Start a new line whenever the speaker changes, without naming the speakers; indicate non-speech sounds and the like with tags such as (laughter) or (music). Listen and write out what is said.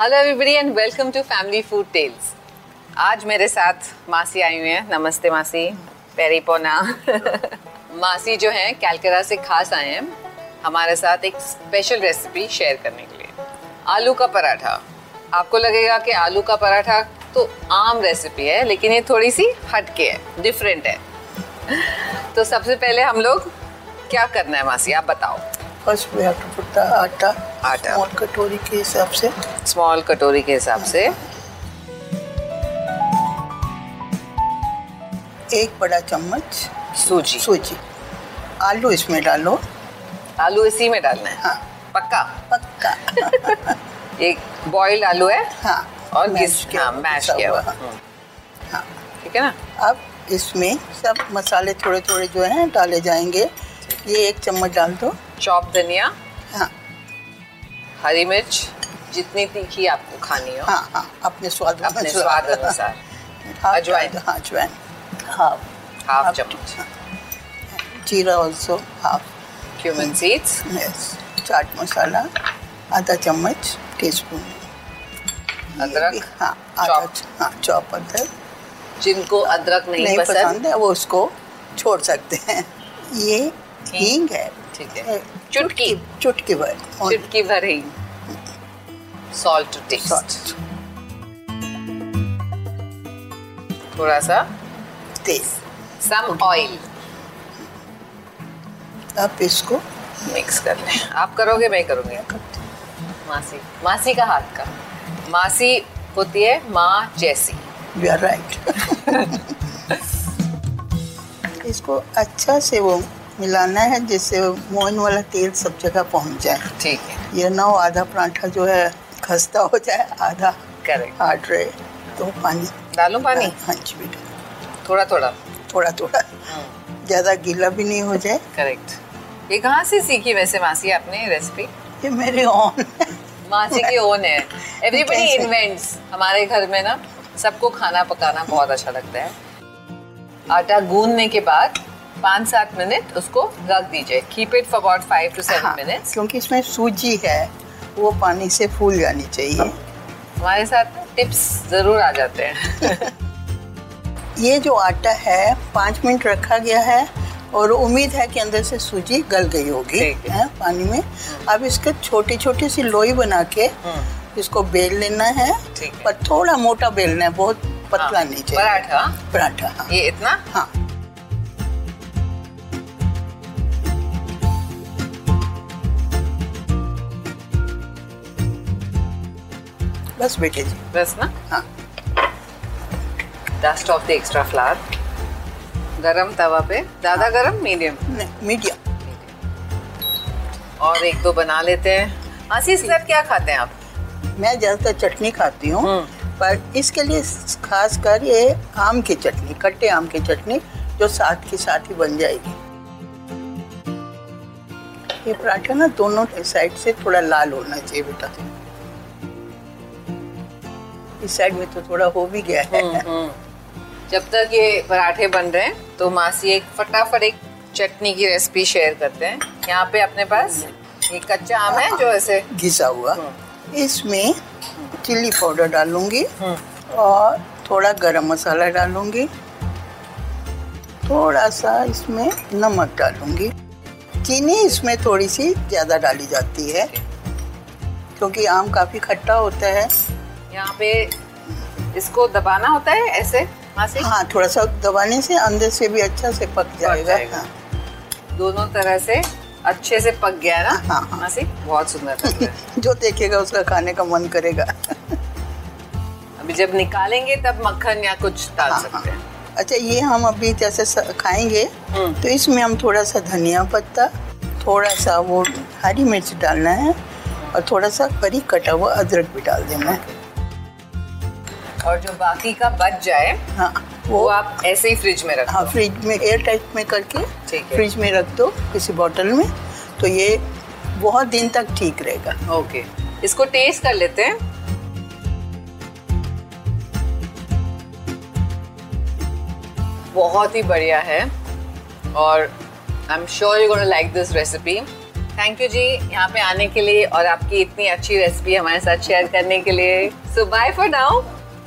Hello everybody and welcome to family food tales आज मेरे साथ मासी आई हुई हैं नमस्ते मासी पेरी पोना (laughs) मासी जो हैं कैलकरा से खास आए हैं हमारे साथ एक स्पेशल रेसिपी शेयर करने के लिए आलू का पराठा आपको लगेगा कि आलू का पराठा तो आम रेसिपी है लेकिन ये थोड़ी सी हटके है डिफरेंट है (laughs) तो सबसे पहले हम लोग क्या करना है मासी आप बताओ
first we have to put the atta
atta.
Small कटोरी के हिसाब से
स्मॉल कटोरी के हिसाब से
एक बड़ा चम्मच
सूजी
सूजी आलू इसमें डालो
आलू इसी में डालना है
हाँ
पक्का
पक्का
(laughs) एक बॉइल्ड आलू है
हाँ
और
mash
किस
किया
हाँ
हुआ,
मैश
पिसा
किया हुआ
हाँ। हाँ
ठीक है ना
अब इसमें सब मसाले थोड़े थोड़े जो हैं डाले जाएंगे ये एक चम्मच डाल दो
चॉप धनिया
हाँ
हरी मिर्च जितनी तीखी आपको खानी हो
हाँ हाँ अपने स्वाद
अपने स्वाद अनुसार
हाँ
अजवाइन।
हाँ अजवाइन हाफ
हाफ
हाफ
चम्मच
जीरा also half
cumin seeds
yes चाट मसाला आधा चम्मच टीस्पून
अदरक?
हाँ आधा
Chop?
हाँ चॉप अदरक
जिनको अदरक नहीं,
नहीं
पसंद,
पसंद है वो उसको छोड़ सकते हैं ये हींग है
ठीक है। चुटकी।
हम्म। चुटकी भर और
चुटकी भर ही सॉल्ट टू टेस्ट
सॉल्ट
थोड़ा सा
तेल
सम ऑयल
अब इसको
मिक्स कर लें आप करोगे मैं करूँगी मासी मासी का हाथ का मासी होती है माँ जैसी
यू आर राइट (laughs) इसको अच्छा से वो मिलाना है जिससे मोइन वाला तेल सब जगह पहुंच जाए
ठीक है
ये ना हो आधा परांठा जो है खस्ता हो जाए आधा
करेक्ट
हार्ड रहे तो पानी
डालूं पानी
हाँ जी बेटा
थोड़ा थोड़ा
थोड़ा थोड़ा ज़्यादा गीला भी नहीं हो जाए
करेक्ट ये कहाँ से सीखी वैसे मासी आपने रेसिपी
ये मेरे ऑन
मासी की ओन है एवरीबडी
कैसे?
इन्वेंट्स हमारे घर में ना सबको खाना पकाना बहुत अच्छा लगता है आटा गूंदने के बाद पाँच सात मिनट उसको रख दीजिए keep it for about five to seven minutes
हाँ, क्योंकि इसमें सूजी है वो पानी से फूल जानी चाहिए
हमारे साथ टिप्स जरूर आ जाते हैं
ये जो आटा है पाँच मिनट रखा गया है और उम्मीद है कि अंदर से सूजी गल गई होगी
ठीक है।
हैं, पानी में अब इसके छोटी छोटी सी लोई बना के इसको बेल लेना है
हाँ। ठीक है।
पर थोड़ा मोटा बेलना है बहुत पतला
हाँ,
नहीं चाहिए
पराठा
पराठा हाँ
ये इतना
हाँ बस बेटे जी
बस ना
हाँ
dust off the extra flour गरम तवा पे
हाँ।
ज्यादा गरम मीडियम
नहीं मीडियम
और एक दो बना लेते हैं आशीष सर क्या खाते हैं आप
मैं ज़्यादातर चटनी खाती हूँ पर इसके लिए खास कर ये आम की चटनी खट्टे आम की चटनी जो साथ के साथ ही बन जाएगी ये पराठा ना दोनों साइड से थोड़ा लाल होना चाहिए बेटा इस साइड में तो थोड़ा हो भी गया है हम्म।
जब तक ये पराठे बन रहे हैं तो मासी एक फटाफट एक चटनी की रेसिपी शेयर करते हैं यहाँ पे अपने पास ये कच्चा आम है जो ऐसे
घिसा हुआ इसमें चिल्ली पाउडर डालूंगी और थोड़ा गरम मसाला डालूंगी थोड़ा सा इसमें नमक डालूंगी चीनी इसमें थोड़ी सी ज़्यादा डाली जाती है क्योंकि आम काफ़ी खट्टा होता है
यहाँ पे इसको दबाना होता है ऐसे मासी
हाँ थोड़ा सा दबाने से अंदर से भी अच्छा से पक जाएगा
जाएगा।
हाँ
दोनों तरह से अच्छे से पक गया है ना
हाँ, हाँ।
मासी बहुत सुंदर लग रहा है
जो देखेगा उसका खाने का मन करेगा (laughs)
अभी जब निकालेंगे तब मक्खन या कुछ डाल
हाँ,
सकते हैं
हाँ। अच्छा ये हम अभी जैसे स- खाएंगे
हम्म।
तो इसमें हम थोड़ा सा धनिया पत्ता थोड़ा सा वो हरी मिर्च डालना है और थोड़ा सा करी कटा हुआ अदरक भी डाल देना है
और जो बाकी का बच जाए
हाँ
वो
वो
आप ऐसे ही फ्रिज में रख
हाँ फ्रिज में एयर टाइट में करके
ठीक है।
फ्रिज में रख दो किसी बॉटल में तो ये बहुत दिन तक ठीक रहेगा
ओके इसको टेस्ट कर लेते हैं बहुत ही बढ़िया है और I am sure you gonna like this recipe thank you जी यहाँ पे आने के लिए और आपकी इतनी अच्छी रेसिपी हमारे साथ शेयर करने के लिए सो बाय फॉर नाउ